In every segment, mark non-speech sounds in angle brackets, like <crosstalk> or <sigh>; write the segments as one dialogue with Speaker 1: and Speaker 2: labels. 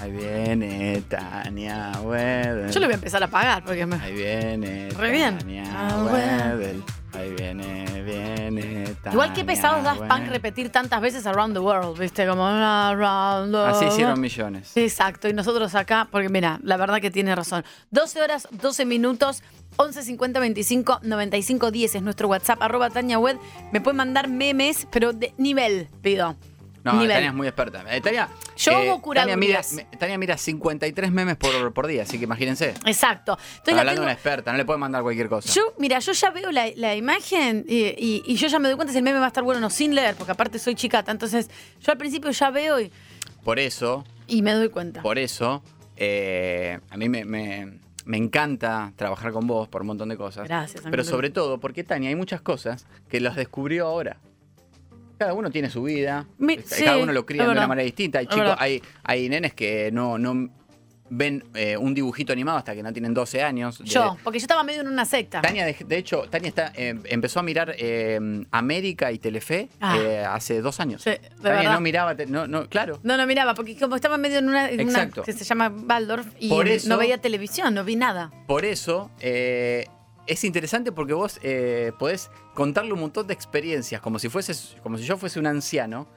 Speaker 1: Ahí viene Tania Wedel.
Speaker 2: Yo lo voy a empezar a pagar porque me...
Speaker 1: Ahí viene
Speaker 2: Re bien.
Speaker 1: Tania
Speaker 2: Ah, bueno.
Speaker 1: Wedel. Ahí viene, viene Tania
Speaker 2: Igual que pesados das Punk
Speaker 1: Wedel.
Speaker 2: repetir tantas veces Around the World, ¿viste? Como Around the
Speaker 1: Así
Speaker 2: world.
Speaker 1: hicieron millones.
Speaker 2: Exacto, y nosotros acá, porque mira, la verdad que tiene razón. 12 horas, 12 minutos, 11 50 25 95 10 es nuestro WhatsApp, arroba Tania Wed. Me pueden mandar memes, pero de nivel, pido.
Speaker 1: No,
Speaker 2: nivel.
Speaker 1: Tania es muy experta. Eh, Tania,
Speaker 2: Yo hago
Speaker 1: Tania mira,
Speaker 2: curadurías.
Speaker 1: me- Tania mira 53 memes por, por día, así que imagínense.
Speaker 2: Exacto. Entonces la
Speaker 1: Hablando
Speaker 2: tengo-
Speaker 1: de una experta, no le pueden mandar cualquier cosa.
Speaker 2: Yo, mira, yo ya veo la, la imagen y, y- y yo ya me doy cuenta si el meme va a estar bueno o no, sin leer, porque aparte soy chicata. Entonces, yo al principio ya veo y,
Speaker 1: Por eso,
Speaker 2: y me doy cuenta.
Speaker 1: por eso, eh, a mí me, me- me encanta trabajar con vos por un montón de cosas.
Speaker 2: Gracias, Ángel.
Speaker 1: Pero sobre todo, porque Tania, hay muchas cosas que las descubrió ahora. Cada uno tiene su vida,
Speaker 2: Mi-
Speaker 1: eh,
Speaker 2: sí,
Speaker 1: cada uno lo cría
Speaker 2: es
Speaker 1: de una
Speaker 2: verdad.
Speaker 1: manera distinta. Hay,
Speaker 2: Es
Speaker 1: chicos,
Speaker 2: verdad.
Speaker 1: hay, hay nenes que no, no ven eh, un dibujito animado hasta que no tienen 12 años. de-
Speaker 2: Yo, porque yo estaba medio en una secta.
Speaker 1: Tania, de, de hecho, Tania está, eh, empezó a mirar eh, América y Telefe
Speaker 2: Ah.
Speaker 1: eh, hace dos años.
Speaker 2: Sí, de
Speaker 1: Tania
Speaker 2: verdad.
Speaker 1: no miraba, te- no, no, claro.
Speaker 2: No, no miraba, porque como estaba medio en una, en una
Speaker 1: Exacto.
Speaker 2: que se llama Waldorf y
Speaker 1: Por eso-
Speaker 2: no veía televisión, no vi nada.
Speaker 1: Por eso eh, es interesante porque vos eh, podés contarle un montón de experiencias, como si fueses, como si yo fuese un anciano.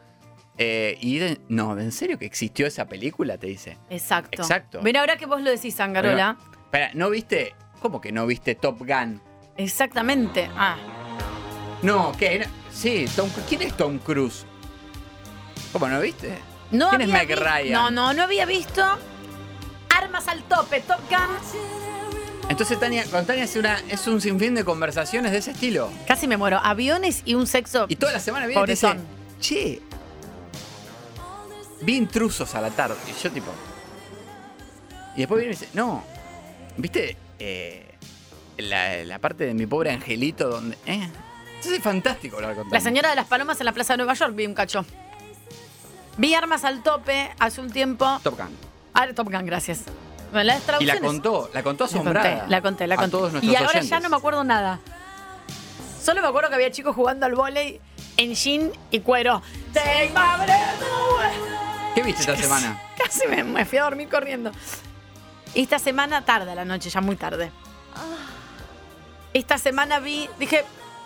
Speaker 1: eh, y de- no, ¿en serio que existió esa película? Te dice.
Speaker 2: Exacto.
Speaker 1: Exacto.
Speaker 2: Mira, ahora que vos lo decís, Angarola.
Speaker 1: Espera, ¿no viste? ¿Cómo que no viste Top Gun?
Speaker 2: Exactamente. Ah,
Speaker 1: No, ¿qué? Sí, Tom, Cru- ¿quién es Tom Cruise? ¿Cómo no viste?
Speaker 2: no
Speaker 1: ¿Quién es
Speaker 2: había
Speaker 1: Meg
Speaker 2: vi-
Speaker 1: Ryan?
Speaker 2: No, no, no había visto Armas al tope, Top Gun.
Speaker 1: Entonces Tania, con Tania es, una, es un sinfín de conversaciones de ese estilo.
Speaker 2: Casi me muero. Aviones y un sexo.
Speaker 1: Y toda la semana viene y te dice,
Speaker 2: Pobretón.
Speaker 1: che, vi intrusos a la tarde. Y yo tipo... Y después viene y dice, no, ¿viste eh, la, la parte de mi pobre angelito donde... eh? Entonces es fantástico hablar con Tania.
Speaker 2: La señora de las palomas en la plaza de Nueva York vi un cacho. Vi Armas al tope hace un tiempo.
Speaker 1: Top Gun.
Speaker 2: Ah, Top Gun, gracias. Bueno, las
Speaker 1: Y la
Speaker 2: traducciones-
Speaker 1: contó, la contó
Speaker 2: La
Speaker 1: asombrada.
Speaker 2: conté, la conté, la
Speaker 1: A
Speaker 2: conté.
Speaker 1: todos nuestros
Speaker 2: y ahora ya
Speaker 1: oyentes.
Speaker 2: no me acuerdo nada. Solo me acuerdo que había chicos jugando al vóley en jean y cuero. Take my breath away.
Speaker 1: ¿Qué viste
Speaker 2: <laughs>
Speaker 1: esta semana?
Speaker 2: Casi me, me fui a dormir corriendo. Esta semana tarde a la noche, ya muy tarde. Esta semana vi, dije,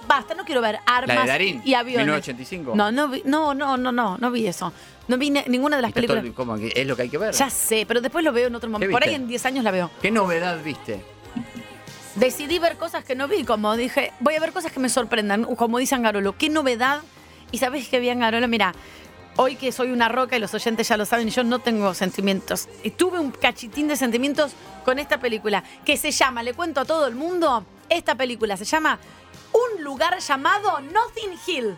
Speaker 2: basta, no quiero ver armas
Speaker 1: La de Darín,
Speaker 2: y aviones.
Speaker 1: 1985.
Speaker 2: No, no, vi- no, no, no, no, no vi eso. No vi ni- ninguna de las
Speaker 1: Está
Speaker 2: películas.
Speaker 1: todo- ¿cómo que es lo que hay que ver.
Speaker 2: Ya sé, pero después lo veo en otro momento. Por
Speaker 1: viste?
Speaker 2: ahí en 10 años la veo.
Speaker 1: ¿Qué novedad viste?
Speaker 2: Decidí ver cosas que no vi, como dije, voy a ver cosas que me sorprendan, como dice Angarolo, qué novedad. Y sabes que vi Angarolo, mira, hoy que soy una roca y los oyentes ya lo saben, yo no tengo sentimientos. Y tuve un cachitín de sentimientos con esta película, que se llama, le cuento a todo el mundo, esta película se llama Un lugar llamado Nothing Hill.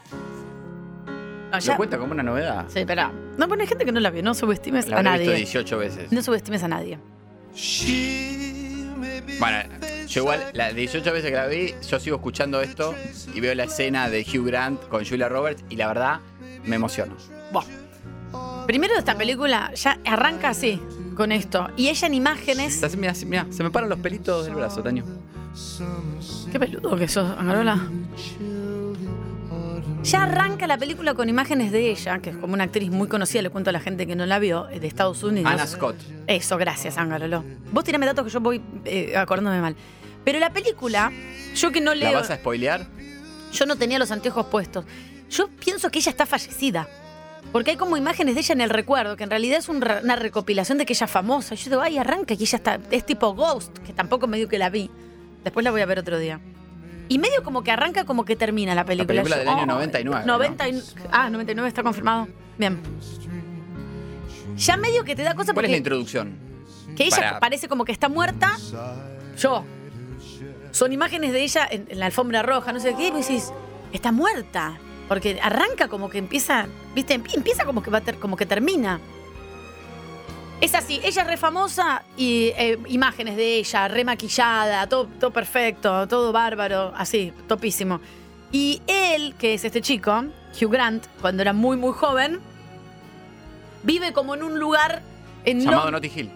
Speaker 2: No, ya-
Speaker 1: Lo cuenta como una novedad.
Speaker 2: Sí, espera. No, bueno, hay gente que no la vio, no subestimes
Speaker 1: La
Speaker 2: a
Speaker 1: habré visto
Speaker 2: nadie.
Speaker 1: 18 veces.
Speaker 2: No subestimes a nadie.
Speaker 1: Bueno, yo igual, las 18 veces que la vi, yo sigo escuchando esto y veo la escena de Hugh Grant con Julia Roberts y la verdad me emociono.
Speaker 2: Buah. Primero esta película ya arranca así, con esto. Y ella en imágenes.
Speaker 1: Mira, se me paran los pelitos del brazo, Taño.
Speaker 2: Qué peludo que sos, Angarola. Ya arranca la película con imágenes de ella, que es como una actriz muy conocida, le cuento a la gente que no la vio, es de Estados Unidos.
Speaker 1: Anna Scott.
Speaker 2: Eso, gracias, Angarolo. Vos tirame datos que yo voy eh, acordándome mal. Pero la película, yo que no
Speaker 1: ¿La
Speaker 2: leo,
Speaker 1: vas a spoilear?
Speaker 2: yo no tenía los anteojos puestos. Yo pienso que ella está fallecida. Porque hay como imágenes de ella en el recuerdo, que en realidad es un re- una recopilación de que ella es famosa. Y yo digo, ay, arranca, que ella está. Es tipo Ghost, que tampoco medio que la vi. Después la voy a ver otro día. Y medio como que arranca, como que termina la película.
Speaker 1: película
Speaker 2: Yo,
Speaker 1: del año
Speaker 2: ay,
Speaker 1: 99, ¿no?
Speaker 2: 90 y- Ah, 99 está confirmado. Bien. Ya medio que te da cosa
Speaker 1: ¿Cuál es la
Speaker 2: porque
Speaker 1: introducción?
Speaker 2: que ella
Speaker 1: para-
Speaker 2: parece como que está muerta. Yo. Son imágenes de ella en, en la alfombra roja, no sé qué, y vos decís, está muerta. Porque arranca como que empieza, viste, Empie- empieza como que va a ter- como que termina. Es así, ella es re famosa y eh, imágenes de ella, re maquillada, todo, todo perfecto, todo bárbaro, así, topísimo. Y él, que es este chico, Hugh Grant, cuando era muy, muy joven, vive como en un lugar en
Speaker 1: Llamado Notting Hill.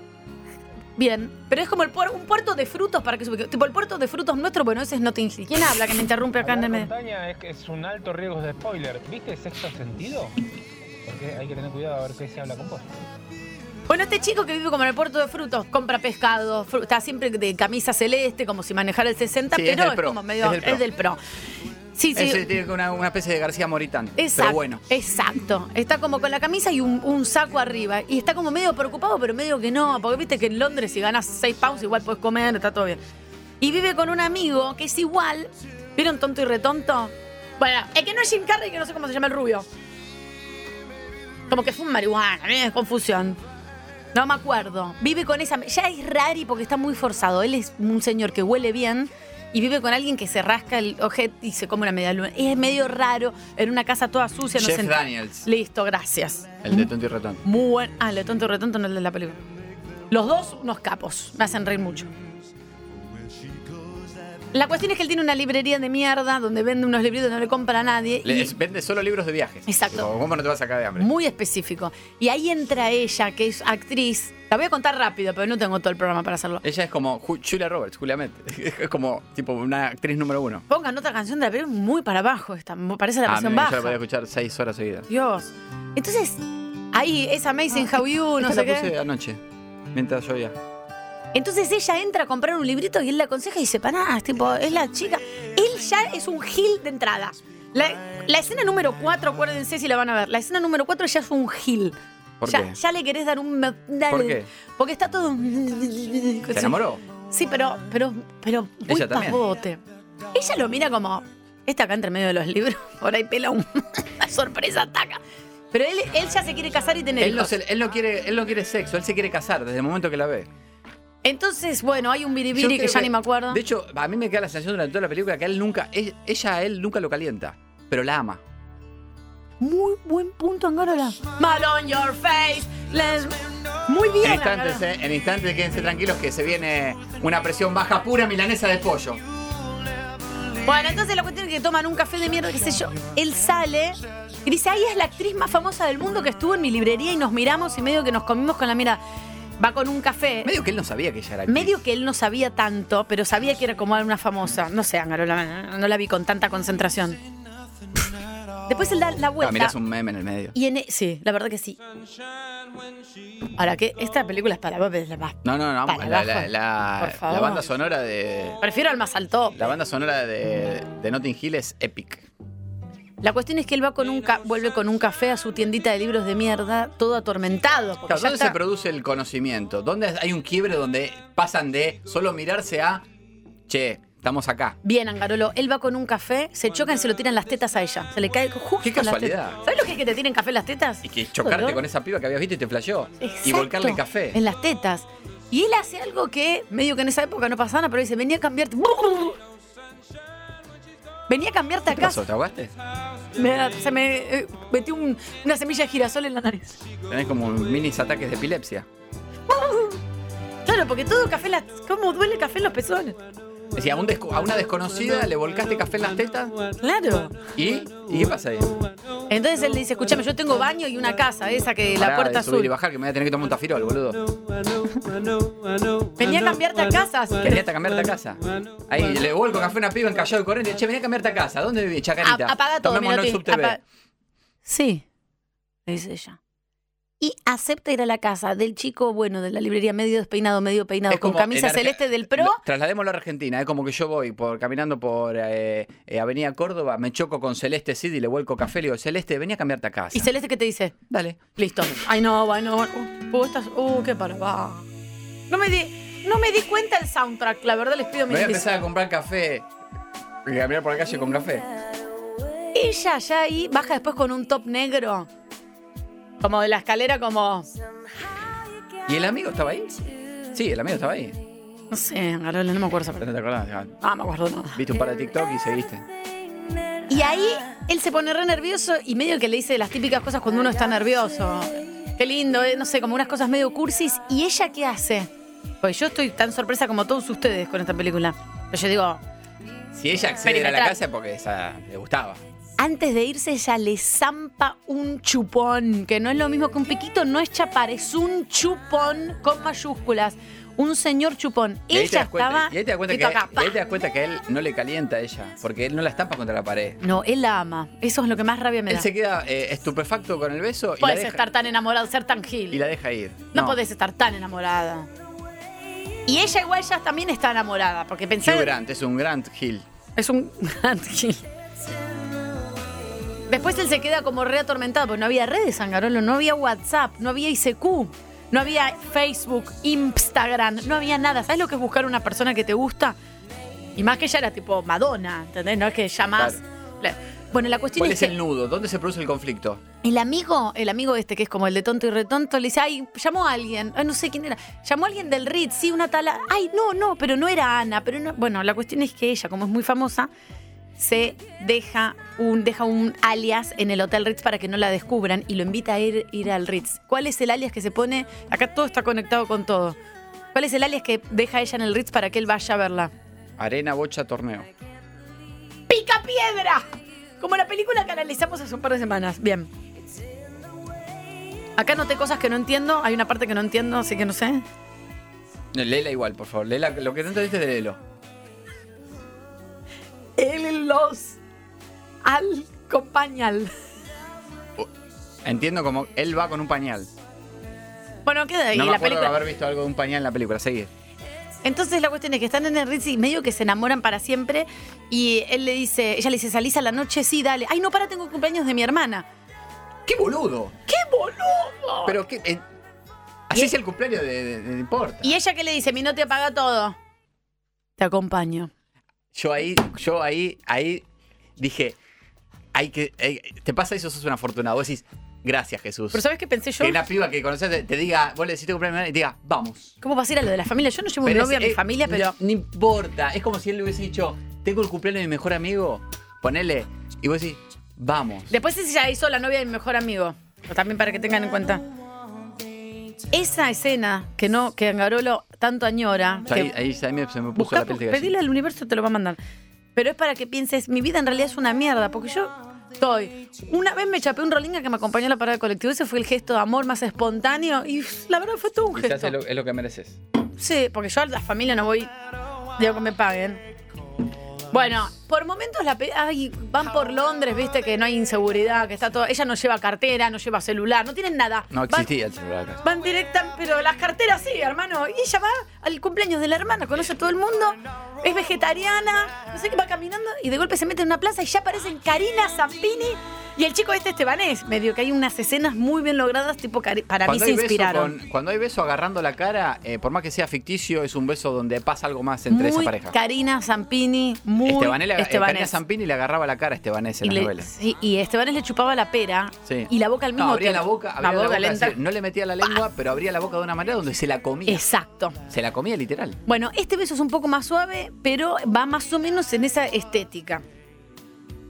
Speaker 2: Bien, pero es como el puer- un puerto de frutos para que se ubique. Tipo, el puerto de frutos nuestro, bueno, ese es Notting Hill. ¿Quién habla que me interrumpe acá en el
Speaker 3: Hablar
Speaker 2: medio?
Speaker 3: con Tania es, que es un alto riesgo de spoiler. ¿Viste sexto sentido? Porque hay que tener cuidado a ver qué se habla con vos.
Speaker 2: Bueno, este chico que vive como en el puerto de frutos, compra pescado, fru- está siempre de camisa celeste, como si manejara el 60,
Speaker 1: Sí, es
Speaker 2: pero
Speaker 1: del
Speaker 2: es,
Speaker 1: pro,
Speaker 2: como medio.
Speaker 1: es del pro.
Speaker 2: Es del pro. Sí, sí.
Speaker 1: Ese tiene una, una especie de García Moritán.
Speaker 2: Exacto,
Speaker 1: Pero bueno.
Speaker 2: exacto. Está como con la camisa y un, un saco arriba. Y está como medio preocupado, pero medio que no. Porque viste que en Londres si ganas 6 pounds igual puedes comer, está todo bien. Y vive con un amigo que es igual. ¿Vieron tonto y retonto? Bueno, es que no es Jim Carrey, que no sé cómo se llama el rubio. Como que fue un marihuana, es confusión. No me acuerdo. Vive con esa. Ya es rari porque está muy forzado. Él es un señor que huele bien y vive con alguien que se rasca el ojete y se come una media luna. Es medio raro. En una casa toda sucia. No
Speaker 1: Jeff
Speaker 2: se ent-
Speaker 1: Daniels,
Speaker 2: Listo, gracias.
Speaker 1: el de Tonto y Ratón.
Speaker 2: Muy buen. Ah, lo tonto y retonto no el de la película. Los dos, unos capos. Me hacen reír mucho. La cuestión es que él tiene una librería de mierda donde vende unos libritos que no le compra a nadie.
Speaker 1: Le-
Speaker 2: y-
Speaker 1: es- vende solo libros de viajes.
Speaker 2: Exacto.
Speaker 1: Digo, ¿Cómo no te vas a sacar de hambre?
Speaker 2: muy específico. Y ahí entra ella, que es actriz. La voy a contar rápido, pero no tengo todo el programa para hacerlo.
Speaker 1: Ella es como Ju- Julia Roberts, Julia Met. <laughs> Es como tipo una actriz número uno.
Speaker 2: Pongan otra canción de la película muy para abajo. Esta, parece la
Speaker 1: Ah,
Speaker 2: canción
Speaker 1: me- yo la podía
Speaker 2: baja.
Speaker 1: escuchar seis horas seguidas.
Speaker 2: Dios. Entonces, ahí es Amazing How You, no
Speaker 1: Ah. Esta
Speaker 2: sé
Speaker 1: la puse
Speaker 2: qué.
Speaker 1: anoche, mientras llovía.
Speaker 2: Entonces ella entra a comprar un librito y él la aconseja y dice, panás, tipo, es la chica. Él ya es un gil de entrada. La, la escena número 4, acuérdense si la van a ver. La escena número 4 ya es un gil.
Speaker 1: ¿Por
Speaker 2: ya,
Speaker 1: qué?
Speaker 2: ya le querés dar un... dale.
Speaker 1: ¿Por qué?
Speaker 2: Porque está todo...
Speaker 1: ¿Se enamoró?
Speaker 2: Sí, pero, pero, pero muy
Speaker 1: Ella también.
Speaker 2: pavote. Ella lo mira como, esta acá entre medio de los libros, <laughs> por ahí pela un- una sorpresa, ataca. Pero él, él ya se quiere casar y tener
Speaker 1: Él no,
Speaker 2: hijos.
Speaker 1: se- él, no quiere, él no quiere sexo, él se quiere casar desde el momento que la ve.
Speaker 2: Entonces, bueno, hay un
Speaker 1: Yo
Speaker 2: biribiri que
Speaker 1: creo
Speaker 2: ya ni me acuerdo.
Speaker 1: De hecho, a mí me queda la sensación durante toda la película que él nunca, él- ella a él nunca lo calienta, pero la ama.
Speaker 2: Muy buen punto, Angarola. Mal on your face. let's- Muy bien,
Speaker 1: En instantes,
Speaker 2: Angarola.
Speaker 1: eh, en instantes, quédense tranquilos que se viene una presión baja pura milanesa de pollo.
Speaker 2: Bueno, entonces la cuestión es que toman un café de mierda, qué sé yo. Él sale y dice, ahí es la actriz más famosa del mundo que estuvo en mi librería y nos miramos y medio que nos comimos con la mirada. Va con un café.
Speaker 1: Medio que él no sabía que ella era actriz.
Speaker 2: Medio que él no sabía tanto, pero sabía que era como una famosa. No sé, Angarola, no la vi con tanta concentración. Después él da la
Speaker 1: Ah,
Speaker 2: vuelta.
Speaker 1: mirás un meme en el medio.
Speaker 2: y en, e- sí, la verdad que sí. Ahora que esta película es para es la más.
Speaker 1: No, no, no,
Speaker 2: Para
Speaker 1: la,
Speaker 2: abajo.
Speaker 1: la- la-
Speaker 2: Por favor.
Speaker 1: la banda sonora de...
Speaker 2: Prefiero al más alto.
Speaker 1: La banda sonora de, de Notting Hill es epic.
Speaker 2: La cuestión es que él va con un ca- vuelve con un café a su tiendita de libros de mierda, todo atormentado. porque
Speaker 1: Claro,
Speaker 2: ya
Speaker 1: ¿Dónde
Speaker 2: está-
Speaker 1: se produce el conocimiento? ¿Dónde hay un quiebre donde pasan de solo mirarse a, che, estamos acá?
Speaker 2: Bien, Angarolo, él va con un café, se chocan y se lo tiran las tetas a ella. Se le cae justo
Speaker 1: Qué
Speaker 2: en las
Speaker 1: casualidad.
Speaker 2: tetas. ¿Sabes lo que es que te tienen café en las tetas?
Speaker 1: Y que chocarte
Speaker 2: Dolor.
Speaker 1: con esa piba que habías visto y te flasheó. Y
Speaker 2: Exacto.
Speaker 1: volcarle café.
Speaker 2: En las tetas. Y él hace algo que medio que en esa época no pasaba, pero dice, venía a cambiarte. Venía a cambiarte
Speaker 1: ¿Qué
Speaker 2: acá.
Speaker 1: pasó? ¿Te ahogaste?
Speaker 2: Me da- se me eh, metió un- una semilla de girasol en la nariz.
Speaker 1: Tenés como minis ataques de epilepsia.
Speaker 2: Claro, porque todo café, en las- ¿cómo duele el café en los pezones?
Speaker 1: Decía, a, un desco- a una desconocida le volcaste café en las tetas
Speaker 2: Claro.
Speaker 1: y. ¿Y qué pasa ahí?
Speaker 2: Entonces él le dice, escúchame, yo tengo baño y una casa, esa que la
Speaker 1: Pará de
Speaker 2: puerta
Speaker 1: subir y
Speaker 2: azul.
Speaker 1: bajar que me voy a tener que tomar un tafirol, boludo.
Speaker 2: Venía a cambiarte a casas.
Speaker 1: Venía a cambiarte a casa. Ahí le vuelco café a una piba en Callao de Corrientes. Che, venía a cambiarte a casa. ¿Dónde vivís, Chacarita?
Speaker 2: A- apaga todo,
Speaker 1: Tomémonos
Speaker 2: Menotti,
Speaker 1: Sub TV.
Speaker 2: apa- Sí, le dice ella. Y acepta ir a la casa del chico, bueno, de la librería, medio despeinado, medio peinado,
Speaker 1: Es
Speaker 2: con
Speaker 1: como
Speaker 2: camisa
Speaker 1: en Arca-
Speaker 2: celeste del pro.
Speaker 1: Lo- trasladémoslo a la Argentina. Es como que yo voy por, caminando por eh, eh, Avenida Córdoba, me choco con Celeste Cid y le vuelco café. Le digo, Celeste, venía a cambiarte a casa.
Speaker 2: Y celeste que te dice,
Speaker 1: Dale.
Speaker 2: listo. Ay, no, ay, no. Uh, vos estás. Uh, qué para. va. No me di, no me di cuenta el soundtrack, la verdad les pido
Speaker 1: Me voy a
Speaker 2: mil
Speaker 1: empezar a comprar café. Y caminar por la calle con café.
Speaker 2: disculpas. Ella ya ahí baja después con un top negro. Como de la escalera, como.
Speaker 1: ¿Y el amigo estaba ahí? Sí, el amigo estaba ahí.
Speaker 2: No sé, Garola, no me acuerdo esa
Speaker 1: Pero
Speaker 2: parte.
Speaker 1: No te acordás. ya,
Speaker 2: No me acuerdo nada.
Speaker 1: Viste un par de TikTok y seguiste.
Speaker 2: Y ahí él se pone re nervioso y medio que le dice las típicas cosas cuando uno está nervioso. Qué lindo, eh, no sé, como unas cosas medio cursis. ¿Y ella qué hace? Pues yo estoy tan sorpresa como todos ustedes con esta película. Pero yo digo,
Speaker 1: Si ella accede a la
Speaker 2: Perimetral.
Speaker 1: casa es porque esa le gustaba.
Speaker 2: antes de irse ella le zampa un chupón, que no es lo mismo que un piquito, no es chapar, es un chupón con mayúsculas. un señor chupón.
Speaker 1: Y ahí te
Speaker 2: Ella
Speaker 1: das cuenta-
Speaker 2: estaba.
Speaker 1: y ahí te das cuenta
Speaker 2: esto
Speaker 1: que-
Speaker 2: acá,
Speaker 1: y ahí
Speaker 2: pa.
Speaker 1: te das cuenta que él no le calienta a ella, porque él no la estampa contra la pared.
Speaker 2: No, él la ama. Eso es lo que más rabia me
Speaker 1: Él
Speaker 2: da.
Speaker 1: se queda eh, estupefacto con el beso y la,
Speaker 2: Puedes
Speaker 1: deja,
Speaker 2: estar tan enamorado, ser tan gil.
Speaker 1: y la deja ir.
Speaker 2: No, podés estar tan enamorada. Y ella igual ya también está enamorada, porque pensé.
Speaker 1: Hugh Grant es un Grant Hill.
Speaker 2: Es un <laughs> gran gil. Después él se queda como reatormentado, porque no había redes, Sangarolo, no había WhatsApp, no había ICQ, no había Facebook, Instagram, no había nada. ¿Sabes lo que es buscar una persona que te gusta? Y más que ella era tipo Madonna, ¿entendés? No es que llamás. La- Bueno, la cuestión
Speaker 1: ¿Cuál
Speaker 2: es
Speaker 1: es
Speaker 2: que
Speaker 1: el nudo? ¿Dónde se produce el conflicto?
Speaker 2: el amigo, el amigo este que es como el de tonto y retonto, le dice, ay, llamó a alguien, ay, no sé quién era, llamó a alguien del RIT, sí, una tal, ay, no, no, pero no era Ana, pero no. Bueno, la cuestión es que ella, como es muy famosa, se deja un, deja un alias en el Hotel Ritz para que no la descubran y lo invita a ir, ir al Ritz. ¿Cuál es el alias que se pone? Acá todo está conectado con todo. ¿Cuál es el alias que deja ella en el Ritz para que él vaya a verla?
Speaker 1: Arena, bocha, torneo.
Speaker 2: ¡Pica piedra! Como la película que analizamos hace un par de semanas. Bien. Acá noté cosas que no entiendo. Hay una parte que no entiendo, así que no sé.
Speaker 1: No, Léela igual, por favor. Léela, lo que no entendiste, léelo.
Speaker 2: Él los al compañal.
Speaker 1: Entiendo como él va con un pañal.
Speaker 2: Bueno, queda ahí
Speaker 1: no me
Speaker 2: la
Speaker 1: acuerdo de
Speaker 2: película.
Speaker 1: haber visto algo de un pañal en la película. Seguir.
Speaker 2: Entonces la cuestión es que están en el Ritz y medio que se enamoran para siempre. Y él le dice, ella le dice, salís a la noche, sí, dale. Ay, no, para, tengo cumpleaños de mi hermana.
Speaker 1: ¡Qué boludo!
Speaker 2: ¡Qué boludo!
Speaker 1: Pero qué. eh,
Speaker 2: Y-
Speaker 1: así es el cumpleaños de, de- de- de Porta.
Speaker 2: Y ella que le dice, mi no te paga todo. Te acompaño.
Speaker 1: Yo ahí, yo ahí, ahí dije, hay que. eh, te pasa eso, sos un afortunado. Vos decís, gracias, Jesús.
Speaker 2: Pero ¿sabes qué pensé yo?
Speaker 1: Que una piba que conoces te, te diga, vos le decís tu cumpleaños y te diga, vamos.
Speaker 2: ¿Cómo va a ser a lo de la familia? Yo no llevo
Speaker 1: Pero
Speaker 2: un novio
Speaker 1: es-
Speaker 2: a mi
Speaker 1: eh,
Speaker 2: familia, pero.
Speaker 1: No, no importa. Es como si él le hubiese dicho, tengo el cumpleaños de mi mejor amigo. Ponele. Y vos decís, vamos.
Speaker 2: Después ella hizo la novia de mi mejor amigo. Pero También para que tengan en cuenta. Esa escena que no, que Angarolo tanto añora.
Speaker 1: Yo
Speaker 2: que-
Speaker 1: ahí, ahí se me se me puso
Speaker 2: Buscá,
Speaker 1: la piel de gallina.
Speaker 2: pedile al universo, te lo va a mandar. Pero es para que pienses, mi vida en realidad es una mierda, porque yo estoy. Una vez me chapé un rolinga que me acompañó a la parada del colectivo, ese fue el gesto de amor más espontáneo y la verdad fue todo un
Speaker 1: Quizás
Speaker 2: gesto.
Speaker 1: es lo, es lo que mereces.
Speaker 2: Sí, porque yo a la familia no voy, digo que me paguen. Bueno, por momentos la pe- ay, van por Londres, viste que no hay inseguridad, que está todo. Ella no lleva cartera, no lleva celular, no tienen nada.
Speaker 1: No
Speaker 2: Van-
Speaker 1: existía el celular acá.
Speaker 2: Van directa, pero las carteras sí, hermano. Y ella va al cumpleaños de la hermana, conoce a todo el mundo, es vegetariana, no sé qué, va caminando y de golpe se mete en una plaza y ya aparecen Karina, Zampini y el chico este Estebanés. Medio que hay unas escenas muy bien logradas, tipo, cari- para mí
Speaker 1: Cuando
Speaker 2: se
Speaker 1: hay, beso
Speaker 2: inspiraron.
Speaker 1: con- cuando hay beso agarrando la cara, eh, por más que sea ficticio, es un beso donde pasa algo más entre
Speaker 2: muy
Speaker 1: esa pareja.
Speaker 2: Karina, Zampini, muy
Speaker 1: Estebanés le, eh,
Speaker 2: Estebanés.
Speaker 1: Karina Zampini le agarraba la cara a Estebanés en
Speaker 2: y,
Speaker 1: las
Speaker 2: le,
Speaker 1: novelas.
Speaker 2: sí, y Estebanés le chupaba la pera
Speaker 1: Sí.
Speaker 2: y la boca al mismo
Speaker 1: No, abría la
Speaker 2: tiempo.
Speaker 1: boca, abría la
Speaker 2: boca
Speaker 1: boca,
Speaker 2: lenta.
Speaker 1: así, no le metía la lengua, pero abría la boca de una manera donde se la comía.
Speaker 2: Exacto.
Speaker 1: Se la comía literal.
Speaker 2: Bueno, este beso es un poco más suave, pero va más o menos en esa estética.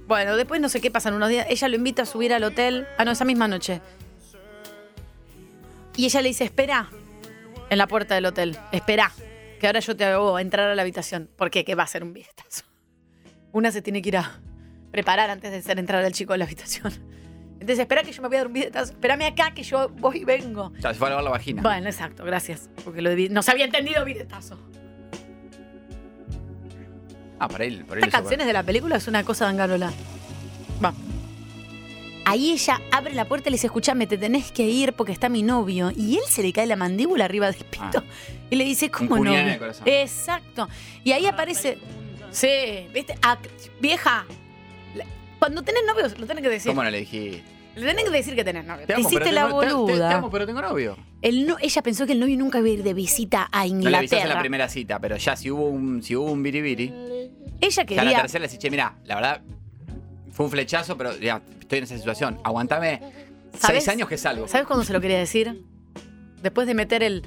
Speaker 2: Bueno, después no sé qué pasan unos días. Ella lo invita a subir al hotel. Ah, no, esa misma noche. Y ella le dice, espera, en la puerta del hotel, espera, que ahora yo te hago entrar a la habitación. ¿Por qué? Que va a ser un vistazo. Una se tiene que ir a preparar antes de hacer entrar al chico a la habitación. Entonces, espera que yo me voy a dar un vistazo. Espérame acá que yo voy y vengo.
Speaker 1: O sea, se fue a lavar la vagina.
Speaker 2: Bueno, exacto, gracias. Porque lo vi- no se había entendido viretazo.
Speaker 1: Ah, para él, para él.
Speaker 2: Estas
Speaker 1: eso fue.
Speaker 2: canciones de la película es una cosa de Angarola. Va. Ahí ella abre la puerta y le dice, escuchame, te tenés que ir porque está mi novio. Y él se le cae la mandíbula arriba del pito.
Speaker 1: Ah.
Speaker 2: Y le dice, ¿cómo
Speaker 1: puñal
Speaker 2: no?
Speaker 1: en el corazón.
Speaker 2: Exacto. Y ahí aparece... Sí, viste, Ah, vieja. la- Cuando tenés novios, lo tenés que decir.
Speaker 1: ¿Cómo no le dije?
Speaker 2: Le tenés que decir que tenés novio.
Speaker 1: Te
Speaker 2: Te
Speaker 1: amo, pero
Speaker 2: hiciste la
Speaker 1: tengo- te- te-
Speaker 2: boluda.
Speaker 1: Te, amo, pero tengo novio.
Speaker 2: El no- ella pensó que el novio nunca iba a ir de visita
Speaker 1: No le
Speaker 2: a
Speaker 1: avisás en
Speaker 2: Inglaterra.
Speaker 1: la primera cita, pero ya si hubo un, si hubo un biribiri.
Speaker 2: ella
Speaker 1: Ya la
Speaker 2: quería...
Speaker 1: tercera le dije, che, mira, la verdad, fue un flechazo, pero ya estoy en esa situación. Aguantame
Speaker 2: ¿Sabes?
Speaker 1: seis años que salgo.
Speaker 2: ¿Sabes cuándo se lo quería decir? Después de meter el.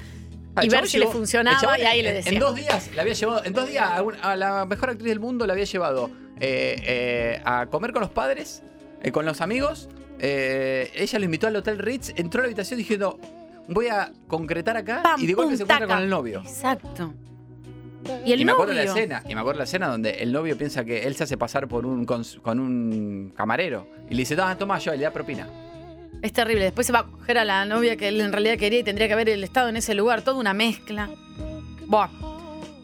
Speaker 1: Ah,
Speaker 2: y
Speaker 1: el
Speaker 2: ver
Speaker 1: chabón
Speaker 2: si
Speaker 1: llegó-
Speaker 2: le funcionaba,
Speaker 1: el chabón
Speaker 2: y ahí
Speaker 1: en-
Speaker 2: le
Speaker 1: En
Speaker 2: decía.
Speaker 1: dos días la había llevado, en dos días a, un- a la mejor actriz del mundo la había llevado eh, eh, a comer con los padres, eh, con los amigos. eh, ella lo invitó al Hotel Ritz, entró a la habitación diciendo, voy a concretar acá
Speaker 2: Pam,
Speaker 1: y de golpe
Speaker 2: pum,
Speaker 1: se encuentra
Speaker 2: taca.
Speaker 1: con el novio.
Speaker 2: Exacto. Y el
Speaker 1: y me
Speaker 2: novio.
Speaker 1: acuerdo la escena, y me acuerdo la escena donde el novio piensa que él se hace pasar por un cons- con un camarero y le dice, "Ah, toma yo, y le da propina.
Speaker 2: Es terrible. Después se va a coger a la novia que él en realidad quería y tendría que haber el estado en ese lugar. Toda una mezcla. Buah.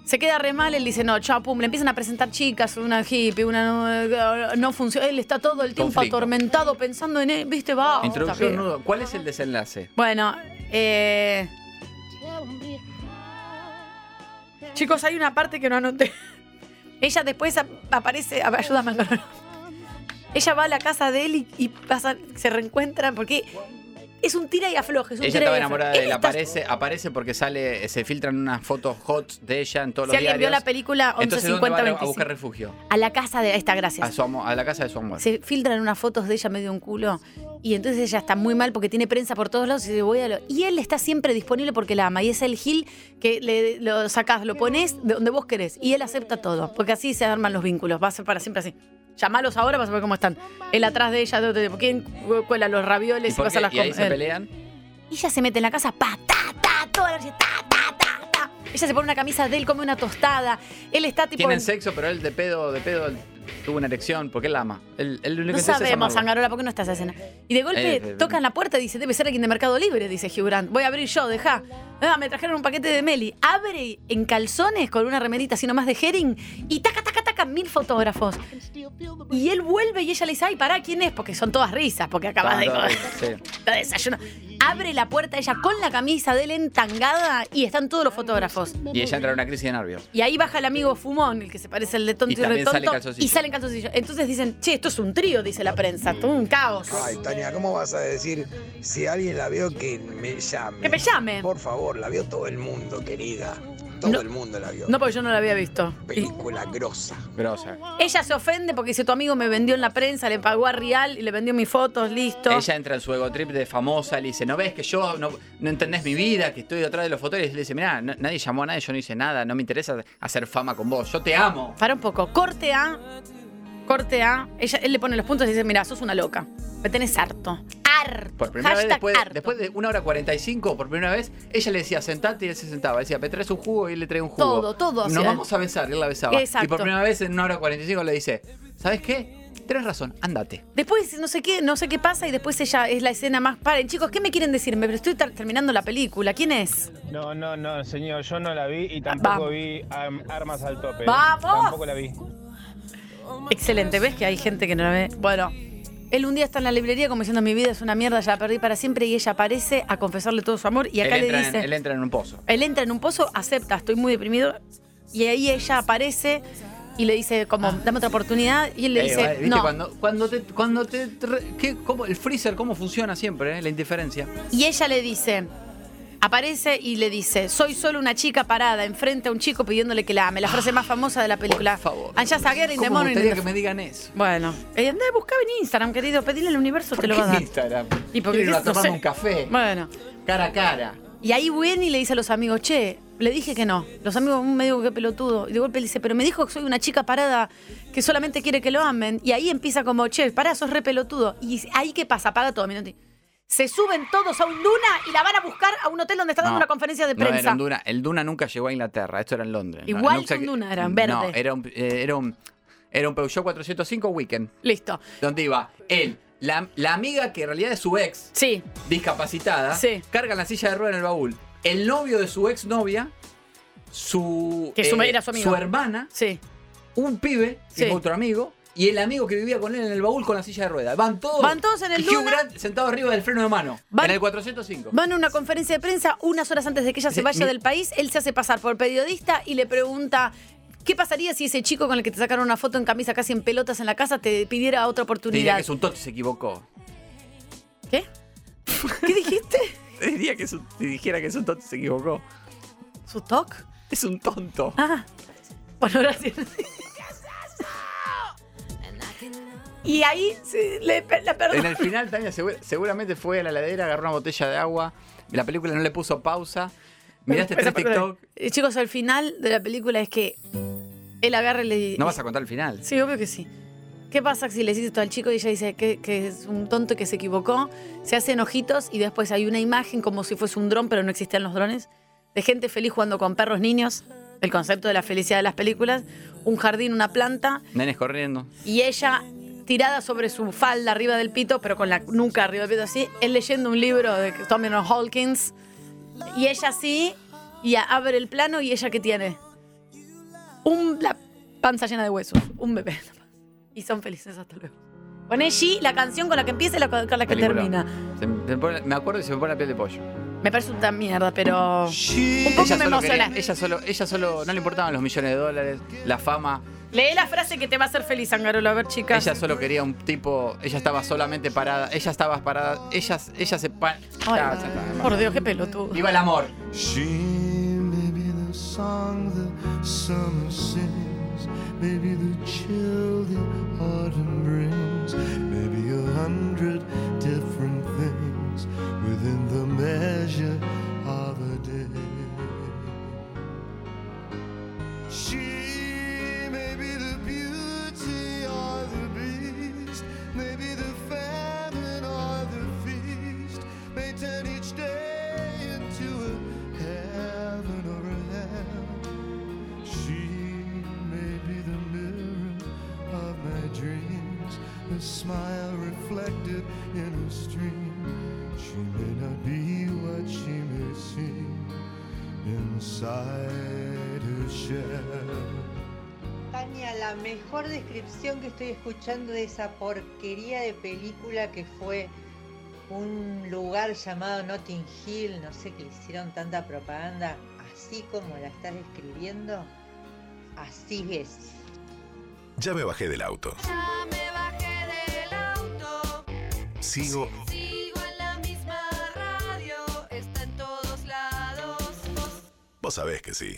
Speaker 2: Se queda re mal, él dice, no, chao, pum, le empiezan a presentar chicas, una hippie, una no, no funciona. Él está todo el tiempo
Speaker 1: Conflicto.
Speaker 2: atormentado pensando en él, viste, va.
Speaker 1: Introducción,
Speaker 2: está bien.
Speaker 1: nudo. ¿Cuál es el desenlace?
Speaker 2: Bueno, eh, Chicos, hay una parte que no anoté. <laughs> Ella después ap- aparece. A ver, ayúdame con el nombre. <laughs> Ella va a la casa de él y, y pasa- se reencuentran porque es un tira y afloje. Es un
Speaker 1: Ella
Speaker 2: tira y
Speaker 1: estaba
Speaker 2: afloje.
Speaker 1: enamorada de él,
Speaker 2: está-
Speaker 1: aparece, aparece porque sale, se filtran unas fotos hot de ella en todos
Speaker 2: Si
Speaker 1: los
Speaker 2: alguien
Speaker 1: diarios.
Speaker 2: vio la película
Speaker 1: Entonces, ¿dónde va
Speaker 2: 1150
Speaker 1: a- a buscar Ah,
Speaker 2: 25
Speaker 1: refugio?
Speaker 2: a la casa de. Ahí está,
Speaker 1: A,
Speaker 2: gracias.
Speaker 1: su amor- a la casa de su amor.
Speaker 2: Se filtran unas fotos de ella medio un culo. Y entonces ella está muy mal porque tiene prensa por todos lados y dice, voy a lo- Y él está siempre disponible porque la ama. Y es el Gil que le, lo sacás, lo pones de donde vos querés. Y él acepta todo. Porque así se arman los vínculos. Va a ser para siempre así. Llamalos ahora vas a ver cómo están. Él atrás de ella, de otro tipo. ¿quién cuela los
Speaker 1: ¿Y,
Speaker 2: ravioles y,
Speaker 1: por
Speaker 2: pasa
Speaker 1: qué?
Speaker 2: las
Speaker 1: ¿Y ahí
Speaker 2: com-
Speaker 1: se
Speaker 2: él?
Speaker 1: pelean?
Speaker 2: Y ella se mete en la casa, pa, ta, ta, toda la noche, ta, ta, ta, ta. Ella se pone una camisa de él, come una tostada. Él está tipo.
Speaker 1: Tienen
Speaker 2: en-
Speaker 1: sexo, pero él de pedo, de pedo él tuvo una erección porque él la ama. Él, él lo único
Speaker 2: No
Speaker 1: que interesa es
Speaker 2: sabemos,
Speaker 1: amarla.
Speaker 2: Angarola, ¿por qué no estás a cena? Y de golpe
Speaker 1: Eh, eh,
Speaker 2: tocan la puerta y dice, debe ser alguien de Mercado Libre, dice Hugh Grant. Voy a abrir yo, deja. Ah, me trajeron un paquete de Meli. Abre en calzones con una remerita así nomás de herring y taca, taca, taca, mil fotógrafos. Y él vuelve y ella le dice, ay, pará, ¿quién es? Porque son todas risas, porque acabas de
Speaker 1: Tanto,
Speaker 2: comer
Speaker 1: sí.
Speaker 2: <laughs> de desayuno. Abre la puerta ella con la camisa de él entangada y están todos los fotógrafos.
Speaker 1: Y ella entra en una crisis de nervios.
Speaker 2: Y ahí baja el amigo Fumón, el que se parece al de Tonto
Speaker 1: Y
Speaker 2: y,
Speaker 1: también sale
Speaker 2: Retonto,
Speaker 1: calzoncillo.
Speaker 2: y salen calzoncillos. Entonces dicen, che, esto es un trío, dice la prensa, todo un caos.
Speaker 4: Ay, Tania, ¿cómo vas a decir si alguien la vio que me llame?
Speaker 2: Que me llame.
Speaker 4: Por favor, la vio todo el mundo, querida. Todo
Speaker 2: No.
Speaker 4: el mundo la vio.
Speaker 2: No, porque yo no la había visto. Y
Speaker 4: Película grosa.
Speaker 1: Grosa.
Speaker 2: ella se ofende porque dice, tu amigo me vendió en la prensa, le pagó a Real y le vendió mis fotos, listo.
Speaker 1: Ella entra en su ego trip de famosa, le dice, ¿no ves que yo no, no entendés mi vida, que estoy detrás de los fotógrafos? Y le dice, mirá, no- nadie llamó a nadie, yo no hice nada, no me interesa hacer fama con vos, yo te amo.
Speaker 2: Para un poco, corte A, corte A. Ella, él le pone los puntos y dice, mira, sos una loca. Me tenés harto. Harto.
Speaker 1: Por primera vez,
Speaker 2: Hashtag
Speaker 1: después,
Speaker 2: harto.
Speaker 1: después de una hora 45, por primera vez, ella le decía, sentate y él se sentaba. Le decía, me traes un jugo y él le trae un jugo.
Speaker 2: Todo, todo
Speaker 1: Nos
Speaker 2: hacía él.
Speaker 1: vamos a besar, y él la besaba.
Speaker 2: Exacto.
Speaker 1: Y por primera vez en una hora 45 le dice, ¿sabes qué? Tenés razón, andate.
Speaker 2: Después no sé qué, no sé qué pasa y después ella es la escena más. Paren, chicos, ¿qué me quieren decirme? Pero estoy ter- terminando la película. ¿Quién es?
Speaker 3: No, no, no, señor, yo no la vi y tampoco
Speaker 2: Vamos.
Speaker 3: vi am- Armas al Tope.
Speaker 2: ¡Vamos!
Speaker 3: Tampoco la vi.
Speaker 2: Excelente, ves que hay gente que no la ve. Bueno, él un día está en la librería como diciendo mi vida es una mierda, ya la perdí para siempre y ella aparece a confesarle todo su amor y acá
Speaker 1: él,
Speaker 2: le
Speaker 1: entra en,
Speaker 2: dice.
Speaker 1: él entra en un pozo.
Speaker 2: Él entra en un pozo, acepta, estoy muy deprimido. Y ahí ella aparece y le dice, como, dame otra oportunidad. Y él le
Speaker 1: Eh,
Speaker 2: dice,
Speaker 1: Ah. ¿viste?
Speaker 2: no.
Speaker 1: Cuando, cuando te... Cuando te re- ¿qué? ¿Cómo? el freezer, ¿cómo funciona siempre? eh? La indiferencia.
Speaker 2: Y ella le dice, aparece y le dice, soy solo una chica parada enfrente a un chico pidiéndole que la ame. La frase más famosa de la película.
Speaker 1: Ah,
Speaker 2: "Ah,
Speaker 1: Por favor.
Speaker 2: And just a girl in the
Speaker 1: ¿Cómo me
Speaker 2: morning.
Speaker 1: gustaría que me digan eso?
Speaker 2: Bueno, eh, andá, buscame en Instagram, querido, pedile al universo, te lo va a dar.
Speaker 1: Instagram?
Speaker 2: Y porque
Speaker 1: Quiero ir a
Speaker 2: qué sé, no
Speaker 1: tomarme
Speaker 2: sé.
Speaker 1: un café,
Speaker 2: Bueno,
Speaker 1: cara a cara.
Speaker 2: y ahí viene y le dice a los amigos, che, le dije que no. Los amigos "Mm, me digo que pelotudo. Y de golpe le dice, pero me dijo que soy una chica parada que solamente quiere que lo amen. Y ahí empieza como, che, pará, sos re pelotudo. Y ahí qué pasa, apaga todo, minuti. Se suben todos a un duna y la van a buscar a un hotel donde está dando
Speaker 1: No,
Speaker 2: una conferencia de
Speaker 1: no, era
Speaker 2: prensa.
Speaker 1: en Duna. El Duna nunca llegó a Inglaterra, esto era en Londres. No,
Speaker 2: Igual
Speaker 1: nunca-
Speaker 2: que un Duna, era en verde.
Speaker 1: No, era un, eh, era un, era un Peugeot 405 Weekend,
Speaker 2: Listo.
Speaker 1: donde iba él, la, la amiga que en realidad es su ex,
Speaker 2: Sí,
Speaker 1: discapacitada,
Speaker 2: Sí.
Speaker 1: carga la silla de ruedas en el baúl, el novio de su ex novia, su,
Speaker 2: Que su- era su amigo.
Speaker 1: hermana,
Speaker 2: sí.
Speaker 1: un pibe,
Speaker 2: Sí.
Speaker 1: y otro amigo. Y el amigo que vivía con él en el baúl con la silla de ruedas. Van todos.
Speaker 2: Van todos en el
Speaker 1: y Hugh
Speaker 2: Duna.
Speaker 1: Grant sentado arriba del freno de mano.
Speaker 2: Van-
Speaker 1: en el 405.
Speaker 2: Van a una conferencia de prensa unas horas antes de que ella se
Speaker 1: Sí, mi-
Speaker 2: vaya del país. Él se hace pasar por periodista y le pregunta. ¿Qué pasaría si ese chico con el que te sacaron una foto en camisa casi en pelotas en la casa te pidiera
Speaker 1: Diría
Speaker 2: otra oportunidad?
Speaker 1: que es un tot, se equivocó.
Speaker 2: ¿Qué? ¿Qué dijiste?
Speaker 1: Diría que es un- si dijera que es un tonto, se equivocó.
Speaker 2: ¿Su toc?
Speaker 1: Es un tonto.
Speaker 2: Ah. Bueno, gracias. Y ahí se le pe- la
Speaker 1: En
Speaker 2: perdón.
Speaker 1: el final, Tania segu- seguramente fue a la ladera, agarró una botella de agua. La película no le puso pausa. Miraste tres TikTok.
Speaker 2: Eh, Chicos, al final de la película es que él agarra y le dice.
Speaker 1: No vas a contar el final.
Speaker 2: Sí, obvio que sí. ¿Qué pasa si le dices esto al chico y ella dice que, que es un tonto que se equivocó? Se hacen ojitos y después hay una imagen como si fuese un dron, pero no existían los drones, de gente feliz jugando con perros niños, el concepto de la felicidad de las películas, un jardín, una planta,
Speaker 1: Nenes corriendo.
Speaker 2: y ella tirada sobre su falda arriba del pito, pero con la nuca arriba del pito así, él leyendo un libro de Tommy Hawkins, y ella así, y a- abre el plano y ella que tiene un, la panza llena de huesos, un bebé. <laughs> Y son felices hasta luego. Poné G, la canción con la que empieza y la con con la que
Speaker 1: Película.
Speaker 2: termina.
Speaker 1: Se me- se me pone- me acuerdo y se me pone la piel de pollo.
Speaker 2: Me parece una mierda, pero un poco
Speaker 1: Ella
Speaker 2: me
Speaker 1: solo, quería-
Speaker 2: emociona.
Speaker 1: ella, solo, ella solo no le importaban los millones de dólares, la fama.
Speaker 2: Lee la frase que te va a hacer feliz, Angarola. A ver, chicas.
Speaker 1: Ella solo quería un tipo. Ella estaba solamente parada. Ella estaba parada. Ella, ella se. pa-
Speaker 2: Ay,
Speaker 1: Ya, ya está.
Speaker 2: por Dios, qué pelotudo.
Speaker 1: Viva el amor.
Speaker 5: She may be the song the summer sings, maybe the chill the autumn brings, maybe a hundred different things within the measure of a day. She may be the beauty or the beast, maybe the famine or the feast, may turn each day into a heaven or a hell. She may be the mirror of my dreams, the smile reflected in a stream. She may not be what she may seem inside her shell.
Speaker 6: Tania, la mejor descripción que estoy escuchando de esa porquería de película que fue un lugar llamado Notting Hill, no sé que le hicieron tanta propaganda, así como la estás describiendo, así es.
Speaker 7: Ya me bajé del auto. Sigo
Speaker 8: Sigo en la misma radio, está en todos lados.
Speaker 7: Vos sabés que sí.